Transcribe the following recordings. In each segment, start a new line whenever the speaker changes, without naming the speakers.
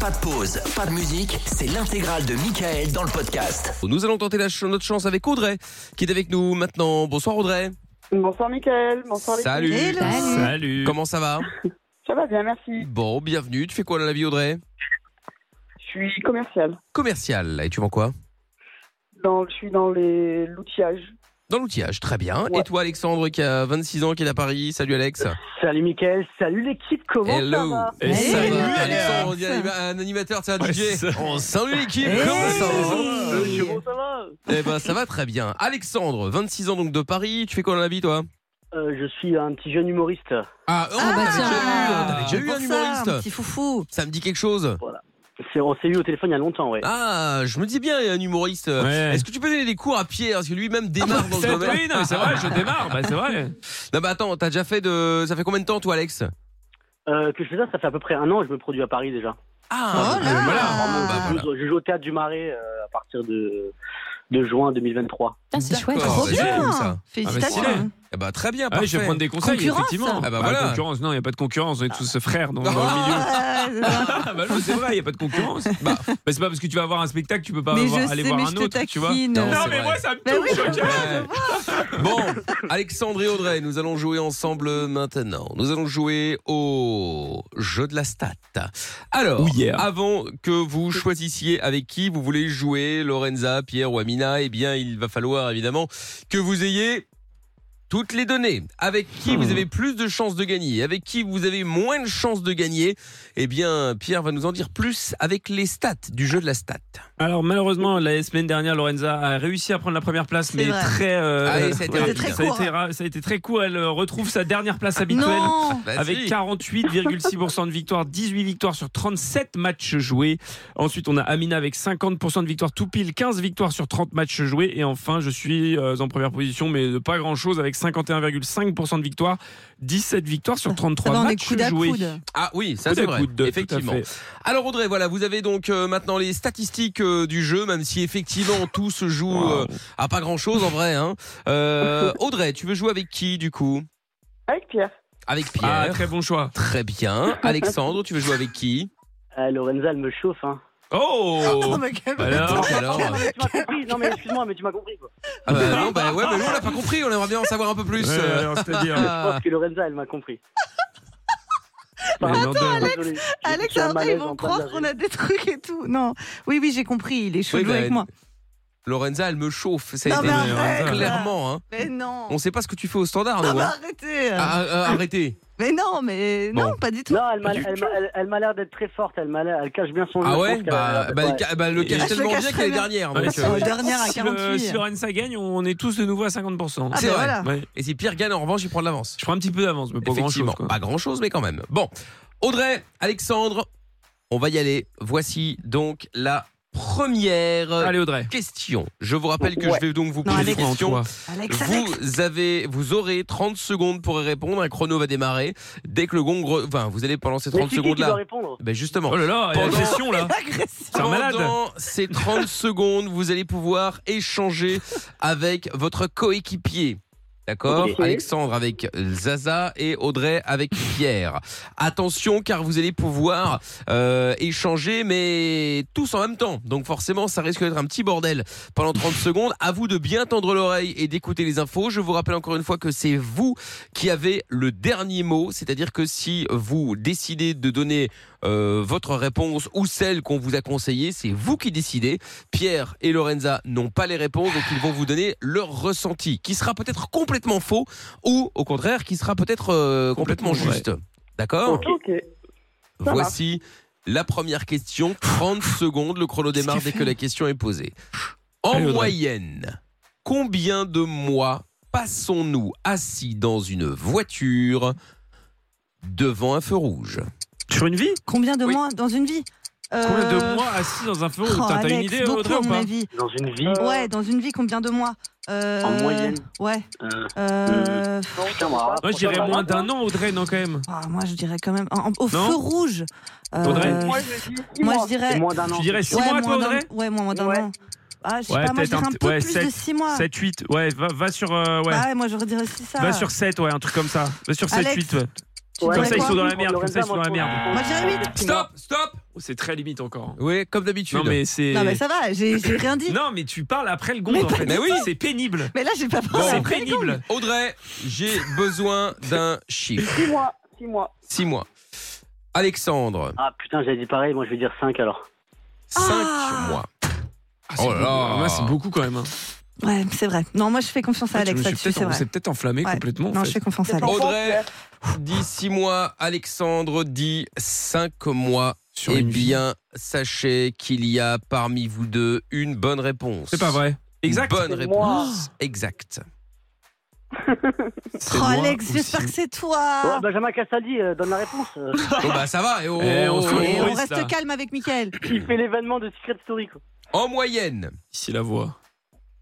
Pas de pause, pas de musique, c'est l'intégrale de Michael dans le podcast.
Nous allons tenter la ch- notre chance avec Audrey, qui est avec nous maintenant. Bonsoir Audrey.
Bonsoir Mickaël, bonsoir les
Salut.
filles.
Hello.
Salut.
Comment ça va
Ça va bien, merci.
Bon, bienvenue. Tu fais quoi dans la vie Audrey
Je suis commercial.
Commercial. Et tu vends quoi
Dans, je suis dans les- l'outillage.
Dans l'outillage, très bien.
Ouais.
Et toi Alexandre qui a 26 ans, qui est à Paris. Salut Alex.
Salut Mickaël, salut l'équipe, comment ça
Hello.
va
Et
Ça
salut,
va,
Alex.
Alexandre, on dit un animateur, c'est un
Ouais,
DJ.
ça-
On salue l'équipe.
Hey.
Comment ça va
Ah,
Salut, Comment ça va
Eh ben ça va très bien. Alexandre, 26 ans donc de Paris. Tu fais quoi dans la vie toi
Euh, Je suis un petit jeune humoriste.
Ah, oh,
bah
t'avais
tiens.
déjà eu, t'avais déjà eu
Pour
un
ça,
humoriste.
un petit foufou.
Ça me dit quelque chose.
C'est- on s'est eu au téléphone il y a longtemps, ouais.
Ah, je me dis bien, il y a un humoriste.
Ouais.
Est-ce que tu peux donner des cours à Pierre Parce que lui-même démarre dans le
C'est-
domaine.
oui, non, mais c'est vrai, je démarre, bah, c'est vrai.
Non, bah attends, t'as déjà fait de. Ça fait combien de temps, toi, Alex
Euh, que je fais ça, ça fait à peu près un an, je me produis à Paris déjà.
Ah,
Oh
bah,
là
voilà.
là.
Bah,
je,
voilà.
joue, je joue au théâtre du Marais euh, à partir de, de juin 2023.
Putain, c'est chouette.
D'accord,
Trop
bah,
bien.
c'est cool, ça.
Félicitations.
Ah, mais c'est-
Eh bah, très bien,
Ah,
parfait.
je vais prendre des conseils,
Concurrence.
effectivement.
Ah, bah, voilà.
Concurrence, non, il n'y a pas de concurrence, on est tous frères dans, dans
bah,
le milieu.
Ah, c'est vrai.
Ah, bah non, c'est vrai, il n'y a pas de concurrence. Bah, c'est pas parce que tu vas avoir un spectacle, tu peux pas
mais
avoir-
je
aller
sais,
voir
mais
un
je te
autre, tu vois.
taquine.
Non,
Non,
c'est
mais
vrai.
moi, ça me
Bah oui,
touche,
je
ok.
Ouais. Bon, Alexandre et Audrey, nous allons jouer ensemble maintenant. Nous allons jouer au jeu de la stat. Alors,
Oh yeah.
avant que vous choisissiez avec qui vous voulez jouer, Lorenza, Pierre ou Amina, eh bien, il va falloir évidemment que vous ayez toutes les données. Avec qui
Hmm.
vous avez plus de chances de gagner, avec qui vous avez moins de chances de gagner, eh bien, Pierre va nous en dire plus avec les stats du jeu de la stat.
Alors, malheureusement, la semaine dernière, Lorenza a réussi à prendre la première place,
C'est
mais
vrai.
très. euh,
Ah oui, ça a été rapide.
ça,
C'était
a
très
été
court.
ra- ça a été très court. Elle euh, retrouve sa dernière place habituelle.
Non.
Vas-y.
avec 48,6% de victoire, 18 victoires sur 37 matchs joués. Ensuite, on a Amina avec 50% de victoire, tout pile 15 victoires sur 30 matchs joués. Et enfin, je suis euh, en première position, mais de pas grand-chose, avec 51,5% de victoire, 17 victoires sur 33
Ça va, on est
matchs
coude à
joués.
coude.
Ah oui, ça
Coude
c'est
à
vrai.
coude, tout à
Effectivement.
fait.
Alors Audrey, voilà, vous avez donc euh, maintenant les statistiques euh, du jeu, même si effectivement tout se joue
Wow.
euh, à pas grand chose en vrai. hein. Euh, Audrey, tu veux jouer avec qui du coup
Avec Pierre.
Avec
Ah,
Pierre.
très bon choix.
Très bien. Alexandre, tu veux jouer avec qui
Euh, Lorenza, elle me chauffe. Hein.
Oh
Oh, mais
Ah,
quel-
Alors,
Donc, alors
Non, mais tu m'as compris, non mais excuse-moi, mais tu m'as compris. Quoi.
Ah bah, Non, bah ouais, mais nous on l'a pas compris, on aimerait bien en savoir un peu plus.
Ouais,
euh.
alors, c'est-à-dire-
Je
Ah.
pense que Lorenza, elle m'a compris.
Mais non, de-
Désolé, je suis
Alex,
un
André, ils
malaise
vont
en plein
croire
de la
qu'on
rue.
a des trucs et tout. Non. Oui, oui, j'ai compris. Il est chaud
Oui,
de jouer
bah,
avec moi.
Lorenza, elle me chauffe. Ça a
Non,
été
mais arrête,
clairement. hein.
Mais non.
On sait pas ce que tu fais au standard,
Non,
nous.
mais
hein.
arrêtez.
Ah, ah, arrêtez.
Mais non, mais
Bon.
non, pas du tout.
Non, elle m'a- elle m'a- elle- elle m'a l'air d'être très forte, elle, m'a l'air- elle cache bien son jeu.
Ah
je
ouais
pense qu'elle a
Bah,
l'air d'être-
bah,
ouais.
ca- bah, elle le
Et je
cache
le
tellement
cache
bien
très
qu'elle est
bien.
dernière.
Ouais,
donc,
c'est
euh,
vrai.
Ah, Dernière à
Si, le-
48.
si Lorenza gagne, on est tous de nouveau à 50%.
Ah,
c'est
bah
vrai.
voilà.
Ouais.
Et si Pierre gagne, en revanche, il prend de l'avance.
Je prends un petit peu d'avance, mais pas
Effectivement, Bah,
grand-chose. quoi.
pas grand chose, mais quand même. Bon, Audrey, Alexandre, on va y aller. Voici donc la première
Allez, Audrey.
question. Je vous rappelle que
Ouais.
je vais donc vous
Non,
poser des
Alex.
questions.
Alex, Alex.
Vous avez, vous aurez 30 secondes pour y répondre. Un chrono va démarrer dès que le gong. re- Enfin, vous allez pendant ces
Mais
30
c'est qui
secondes
qui doit
là.
répondre
Ben justement.
Oh là là, il y a
Pendant-
la session là.
Agressif.
C'est un malade.
Pendant ces 30 secondes, vous allez pouvoir échanger avec votre coéquipier. D'accord
Ok.
Alexandre avec Zaza et Audrey avec Pierre. Attention car vous allez pouvoir euh, échanger mais tous en même temps. Donc forcément ça risque d'être un petit bordel pendant 30 secondes. À vous de bien tendre l'oreille et d'écouter les infos. Je vous rappelle encore une fois que c'est vous qui avez le dernier mot. C'est-à-dire que si vous décidez de donner euh, votre réponse ou celle qu'on vous a conseillée, c'est vous qui décidez. Pierre et Lorenza n'ont pas les réponses, donc ils vont vous donner leur ressenti, qui sera peut-être complètement faux ou au contraire qui sera peut-être euh, complètement,
Complètement vrai.
juste. D'accord
Ok.
Ok. ça
Voici la première question. 30 secondes, le chrono
Qu'est-ce
démarre
qu'elle
dès que
fait
la question est posée. En
Allez, Audrey.
moyenne, combien de mois passons-nous assis dans une voiture devant un feu rouge
Sur une vie
Combien de
Oui.
mois dans une vie
Combien de
Euh,
mois assis dans un feu
oh,
rouge T'as une
Alex,
idée,
beaucoup,
Audrey,
à
ou
mon
pas
avis.
Dans une vie,
Euh,
Ouais, dans une vie, combien de mois Euh,
en moyenne.
Ouais.
euh,
euh,
Non,
Putain, moi,
ça va.
Moi, je dirais moins d'un an, Audrey, non, quand même.
ah, moi, je dirais quand même. en- en- au
Non.
feu rouge. Euh,
Audrey
Moi, je dis six
moi,
mois.
je dirais.
c'est moins d'un an.
Tu dirais 6
ouais,
mois, toi,
moins d'un-
Audrey
ouais, moi, moins d'un
Ouais.
an. Ah, je sais
Ouais,
pas, moi, je
peut-être
dirais
un
un
petit-
peu
ouais,
plus
sept-
de 6 mois.
7, 8, ouais, va, va sur. euh, ouais.
Ah ouais, moi, j'aurais dirais si ça.
Va sur 7, ouais, un truc comme ça. Va sur 7,
Alex,
8, ouais.
Tu
Ouais,
Comme
dirais
ça, ils
quoi
sont dans la merde. Comme
Lorenza,
ça, ils sont dans la
moi, je
merde.
pense-
Moi, je dirais huit.
Stop, stop
Oh, C'est très limite encore.
Oui, comme d'habitude.
Non, mais c'est.
Non, mais ça va, j'ai j'ai rien dit.
Non, mais tu parles après le gong,
Mais
en
pas
fait.
du Mais oui. tout.
c'est pénible.
Mais là, j'ai pas pensé.
c'est
après le gong.
pénible.
Audrey, j'ai besoin d'un chiffre.
6 mois, 6 mois.
6 mois. Alexandre,
Ah putain, j'ai dit pareil, moi je vais dire 5 alors.
5
Ah.
mois.
Ah,
Oh là là.
Ouais, c'est beaucoup quand même. hein.
Ouais, c'est vrai. Non, moi, je fais confiance à
Je me
Alex
suis
là-dessus,
peut-être- Oh,
c'est
on
vrai.
s'est peut-être enflammé
Ouais.
complètement. en
Non,
fait.
je fais confiance à
C'est pas
Alex.
bon,
Audrey.
Pierre.
dit 6 mois, Alexandre dit 5 mois.
Sur
eh
une vie.
bien, sachez qu'il y a parmi vous deux une bonne réponse.
C'est pas vrai.
Une
Exact.
Bonne
C'est
réponse. Exacte.
C'est
Oh,
moi
Alex,
ou
j'espère
si-
que c'est
Oh,
toi.
Benjamin Castaldi, euh, donne la réponse. Euh,
Bon, bah, ça va. et oh,
Eh, on se
oh,
Et
oh.
oui,
on
ça.
reste calme avec Mickaël.
il fait l'événement de Secret Story. Quoi.
En moyenne,
Ici la voix.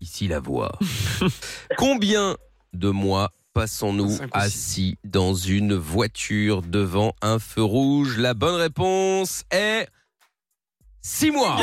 ici la voix. Combien de mois passons-nous
Cinq ou six.
assis dans une voiture devant un feu rouge La bonne réponse est 6 mois.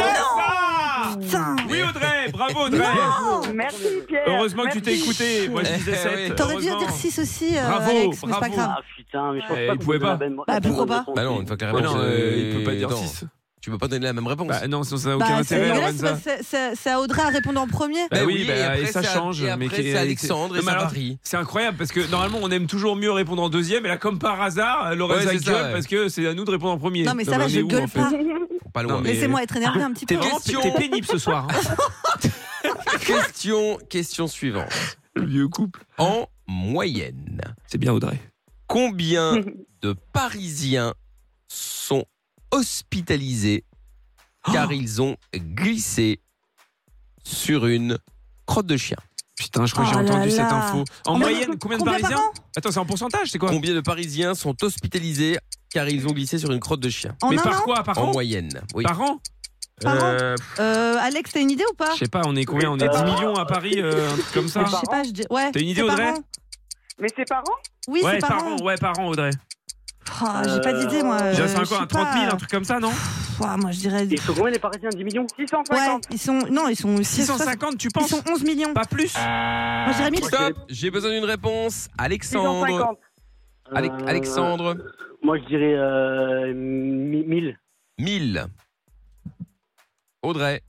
Ah
Putain.
oui Audrey, bravo Audrey.
Oh,
Merci Pierre.
Heureusement que tu t'es
Merci.
écouté. Moi je disais
Eh
7.
oui.
T'aurais dû dire 6 aussi, euh,
Bravo,
Alex, mais c'est pas
bravo.
grave.
Ah putain, mais je pense
Eh,
pas
il
que
pouvait
vous donnez
pas.
la bonne-
Bah,
la bonne
pourquoi pas
réponse.
Bah non, une fois que la
Ouais,
réponse,
non,
euh,
euh, il peut pas dire
non.
6.
Tu peux pas donner la même réponse.
Bah non, sinon ça n'a
Bah,
aucun
c'est
intérêt,
dégueulasse,
Lorenza.
parce que c'est- c'est c'est à Audrey à répondre en premier.
Bah
Bah
oui, bah,
et après,
et ça
c'est à-
change,
Et
mais
après,
qui-
c'est Alexandre et
Non, mais
ça
alors-
varie.
C'est incroyable parce que normalement on aime toujours mieux répondre en deuxième et là comme par hasard Lorenza
Ouais, c'est ça,
gueule
ouais.
parce que c'est à nous de répondre en premier.
Non, mais ça
Donc,
va,
on
je
est où, en
gueule
fait
pas.
Pas
Non,
loin.
mais-
Laissez-moi être énervé un petit
T'es
peu.
vraiment
Question.
t'es pénible ce soir. hein.
Question, question suivante.
Le vieux couple.
En moyenne,
C'est bien Audrey.
combien de Parisiens sont hospitalisés
Oh
car ils ont glissé sur une crotte de chien
Putain, je crois que j'ai
Oh là
entendu cette
là.
info. En
Combien-
moyenne, combien de
par
Parisiens
an
Attends, c'est en pourcentage, c'est quoi
Combien de Parisiens sont hospitalisés car ils ont glissé sur une crotte de chien
En
Mais
un
par
an
quoi Par
En
an
moyenne, oui.
Par an
Par an
Euh,
Euh, Alex, t'as une idée ou pas
Je sais pas, on est combien On est 10 millions à Paris, euh, un truc comme ça
Je sais pas, je dis. Ouais.
T'as une idée,
c'est par
Audrey
an.
Mais ses parents
Oui,
Ouais,
c'est par an.
ouais, par an, Audrey.
Oh, J'ai pas d'idée, moi.
Déjà,
euh,
c'est
je sais
encore un 30 000,
pas.
un truc comme ça, non
Pff, ouah, Moi, je dirais.
Ils sont combien les Parisiens 10 millions
650.
Ouais, ils sont. Non, ils sont.
650, tu
Ils
penses
sont 11 millions.
Pas plus
Moi, je dirais 1000.
Stop, j'ai besoin d'une réponse. Alexandre,
650.
Ale-
Euh,
Alexandre,
Moi je dirais euh, mi- 1000.
1000. Audrey,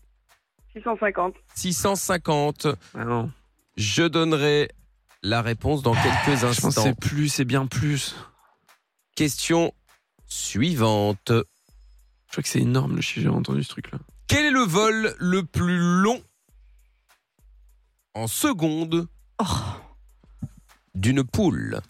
650.
650.
Ah non,
Je donnerai la réponse dans quelques
je pense que
instants.
c'est plus, c'est bien plus.
Question suivante.
Je crois que c'est énorme, le chiffre, j'ai entendu ce truc-là.
Quel est le vol le plus long en secondes
Oh.
d'une poule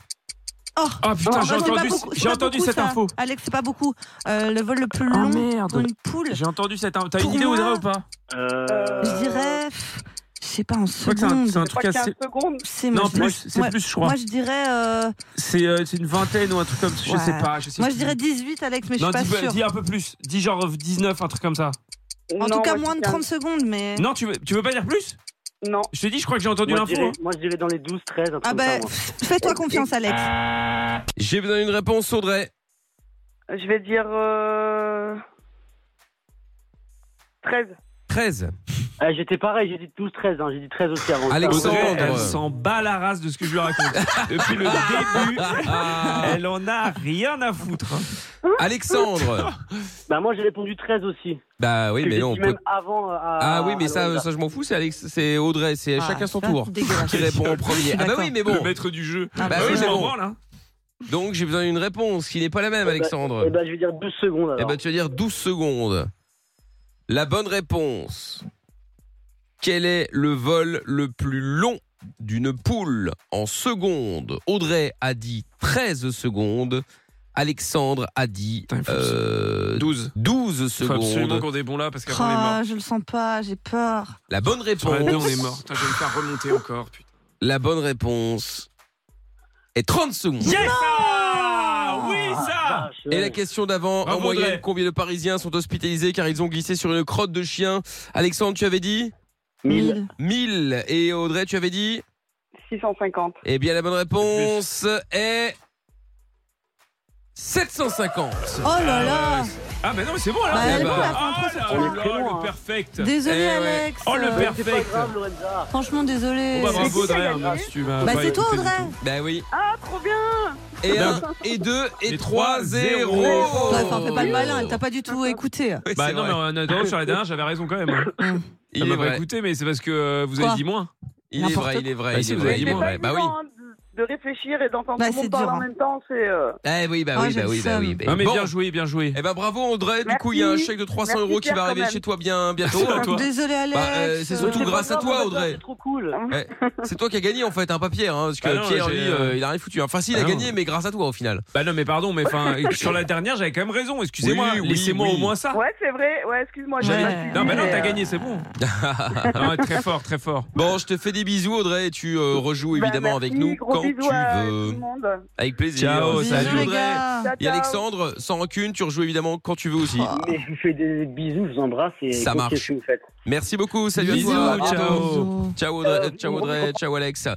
Oh.
Ah putain,
Oh,
j'ai
bah, c'est pas
entendu,
beaucoup- c'est
j'ai
pas
entendu
beaucoup,
cette
ça.
info. Oh, Mmh.
Alex, c'est pas beaucoup. Euh, le vol le plus long pour une poule.
Ah, J'ai entendu cette info. T'as
Pour
une idée, Audrey,
moi-
ou pas
Euh,
Je dirais. pff, Je sais pas, en
Je crois que c'est un- c'est un
seconde.
Je
truc
crois qu'il y a
assez.
un second.
C'est moi,
Non,
je- moi,
plus,
je-
c'est
ouais.
plus, je crois.
Moi, je dirais. euh,
C'est euh, c'est une vingtaine ou un truc comme ça. Je
Ouais.
sais pas. Je sais
Moi,
plus.
je dirais 18, Alex, mais je
Non,
suis pas
dis, bah,
sûre.
dis un peu plus. Dis genre 19, un truc comme ça.
En
Non,
tout cas,
moi,
moins de 30 secondes, mais.
Non, tu veux, tu veux pas dire plus
Non.
Je te dis, je crois que j'ai entendu
moi, je
l'info.
dirais,
hein.
moi je dirais dans les 12, 13, un truc
Ah
comme
bah,
ça, moi.
fais-toi confiance, Alex.
J'ai besoin d'une réponse, Audrey.
Je vais dire. euh, 13.
13.
Eh, J'étais pareil, j'ai dit 12, 13, hein, j'ai dit 13 aussi avant.
Alexandre.
Audrey, elle s'en bat la race de ce que je lui raconte. Depuis le début,
Ah.
elle en a rien à foutre. hein.
Alexandre.
Bah moi j'ai répondu 13 aussi.
bah oui,
Que
mais
j'ai
non, on
dit
peut.
même avant. euh, à-
Ah oui, mais
à
ça,
Lorenza.
ça je m'en fous. C'est Alex, c'est Audrey, c'est
Ah,
chacun son
ça,
tour.
dégueulasse.
Qui répond en premier Ah bah
d'accord.
oui, mais bon.
maître du jeu.
Bah
Ah, bah,
oui,
ouais.
c'est
je m'en
bon.
branle, hein.
Donc j'ai besoin d'une réponse qui n'est pas la même,
Eh ben,
Alexandre.
Eh ben je vais dire 12 secondes
Eh
alors.
ben, tu vas dire 12 secondes. La bonne réponse. Quel est le vol le plus long d'une poule en secondes Audrey a dit 13 secondes. Alexandre a dit
Putain, il faut
euh,
12.
12
Faut absolument
secondes.
qu'on est bon là parce qu'après on est mort.
Oh, je le sens pas, j'ai peur.
La bonne
Sur la deux, on
réponse.
est mort. Putain, je vais me faire remonter encore. Putain.
La bonne réponse est 30 secondes.
Yes Ah Oui, ça
bah.
Vache, ouais.
Et la question d'avant, en
Bravo,
moyenne,
Audrey.
combien de Parisiens sont hospitalisés car ils ont glissé sur une crotte de chien Alexandre, tu avais dit
Mille.
1000. Et Audrey, tu avais dit
650.
Eh bien, la bonne réponse est 750.
Oh là là
Ah, mais non, mais c'est bon, là.
Bah,
elle est
Ah
bonne,
la fin, après,
oh
c'est
là
trop
là,
long. On est très
le
loin, hein.
perfect.
Désolé,
Eh ouais.
Alex.
Oh, le
euh,
perfect.
C'est pas grave, Lorenza.
Franchement, désolé.
Bon, bah,
Mais qui
bravo, Audrey.
a
hein,
gagné
mince, tu vas
Bah,
pas
c'est toi,
écouter
Audrey.
les autres.
Bah oui.
Ah, trop bien
Et
Ben-
1, et 2, et
Et
3,
trois,
0.
zéro.
Ouais, enfin, fais pas le malin, t'as pas du tout écouté.
Bah, non, mais en attendant, sur la dernière, j'avais raison quand même. hein.
il,
m'a
est
pas
vrai.
écouté, mais c'est parce que euh, vous
Quoi
avez dit moins.
il est vrai,
N'importe
il est vrai,
quoi.
il est
Bah,
vrai,
si,
il est
vous
C'est
vrai.
pas
Bah oui.
évident, hein, de réfléchir et d'entendre
Bah,
tout le
c'est
monde parler
dur,
en
hein.
même temps, c'est... euh,
Eh oui, bah
Ah,
oui,
j'ai
bah
le
oui, bah
seum.
oui. bah-
Non, mais
bon.
bien joué, bien joué.
Eh ben bravo André, du coup il y a un
Merci.
chèque de 300
Merci,
euros qui
Pierre,
va
quand
arriver
même.
chez toi bien bientôt.
Merci à toi.
Ah, Désolé, Alex.
Bah, euh, c'est surtout
C'est pas
grâce à
grave,
toi,
Lorenza,
Audrey.
C'est trop cool.
C'est toi qui as gagné en fait, un papier, hein, parce que
Bah non,
Pierre
j'ai-
lui, euh, il a rien foutu. Enfin si, il a
Bah non.
gagné, mais grâce à toi au final.
Bah non, mais pardon, mais enfin, sur la dernière, j'avais quand même raison. Excusez-moi,
Oui, oui,
laissez-moi
oui.
au moins ça.
Ouais, c'est vrai. Ouais, excuse-moi. j'ai
J'avais-
pas suivi,
Non, bah non,
mais,
t'as
euh,
gagné, c'est bon.
bah,
Ah ouais, très fort, très fort.
Bon, je te fais des bisous Audrey, et tu euh, rejoues
bah,
évidemment
merci,
avec nous
gros
quand tu
bisous à tout
veux.
le monde.
Avec plaisir.
Ciao,
Bisous,
salut,
les gars.
Ciao, Ah.
Et
ciao.
Alexandre, sans rancune, tu rejoues évidemment quand tu veux aussi.
Mais je vous fais des bisous, je vous embrasse et
Ça
continuez
marche.
ce que vous faites.
Merci beaucoup, salut
Bisous,
à toi.
ciao.
Ciao Audrey,
Euh,
ciao Audrey, ciao Alex.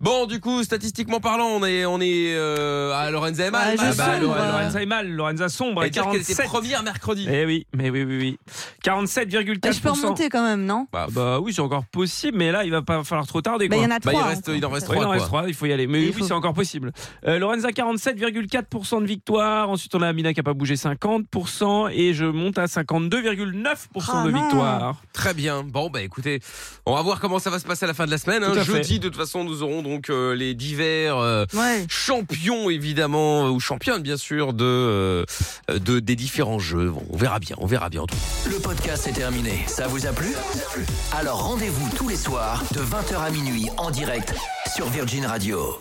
Bon, du coup, statistiquement parlant, on est, on est euh, à Lorenza et
Ah,
Mal.
je
Ah,
suis
bah,
sombre.
Lorenza-
Lorenza est mal, Lorenza sombre,
Et
à
dire qu'elle était
47.
première mercredi.
Eh oui, mais oui, oui, oui.
Ah, je peux
47,4%.
remonter quand même, non
Bah, bah,
Bah oui, c'est encore possible, mais là, il va pas falloir trop tarder.
Bah, il
quoi.
y en a
il,
trois.
reste, il en reste
Ouais, il
trois.
en reste
quoi.
trois, il faut y aller.
Il
Mais oui,
faut.
c'est encore possible. Euh, Lorenza, 47,4% de victoire. Ensuite, on a Amina qui n'a pas bougé 50%. Et je monte à 52,9%
Ah
de
non.
victoire.
Très bien. Bon, bah écoutez, on va voir comment ça va se passer à la fin de la semaine. hein.
Tout à fait.
Jeudi, de toute façon, nous aurons donc euh, les divers. euh,
Ouais.
champions évidemment euh, ou championne bien sûr de, euh, de des différents jeux Bon, on verra bien on verra bien en tout
Le podcast est terminé. Ça vous a plu Alors rendez-vous tous les soirs de 20h à minuit en direct sur Virgin Radio.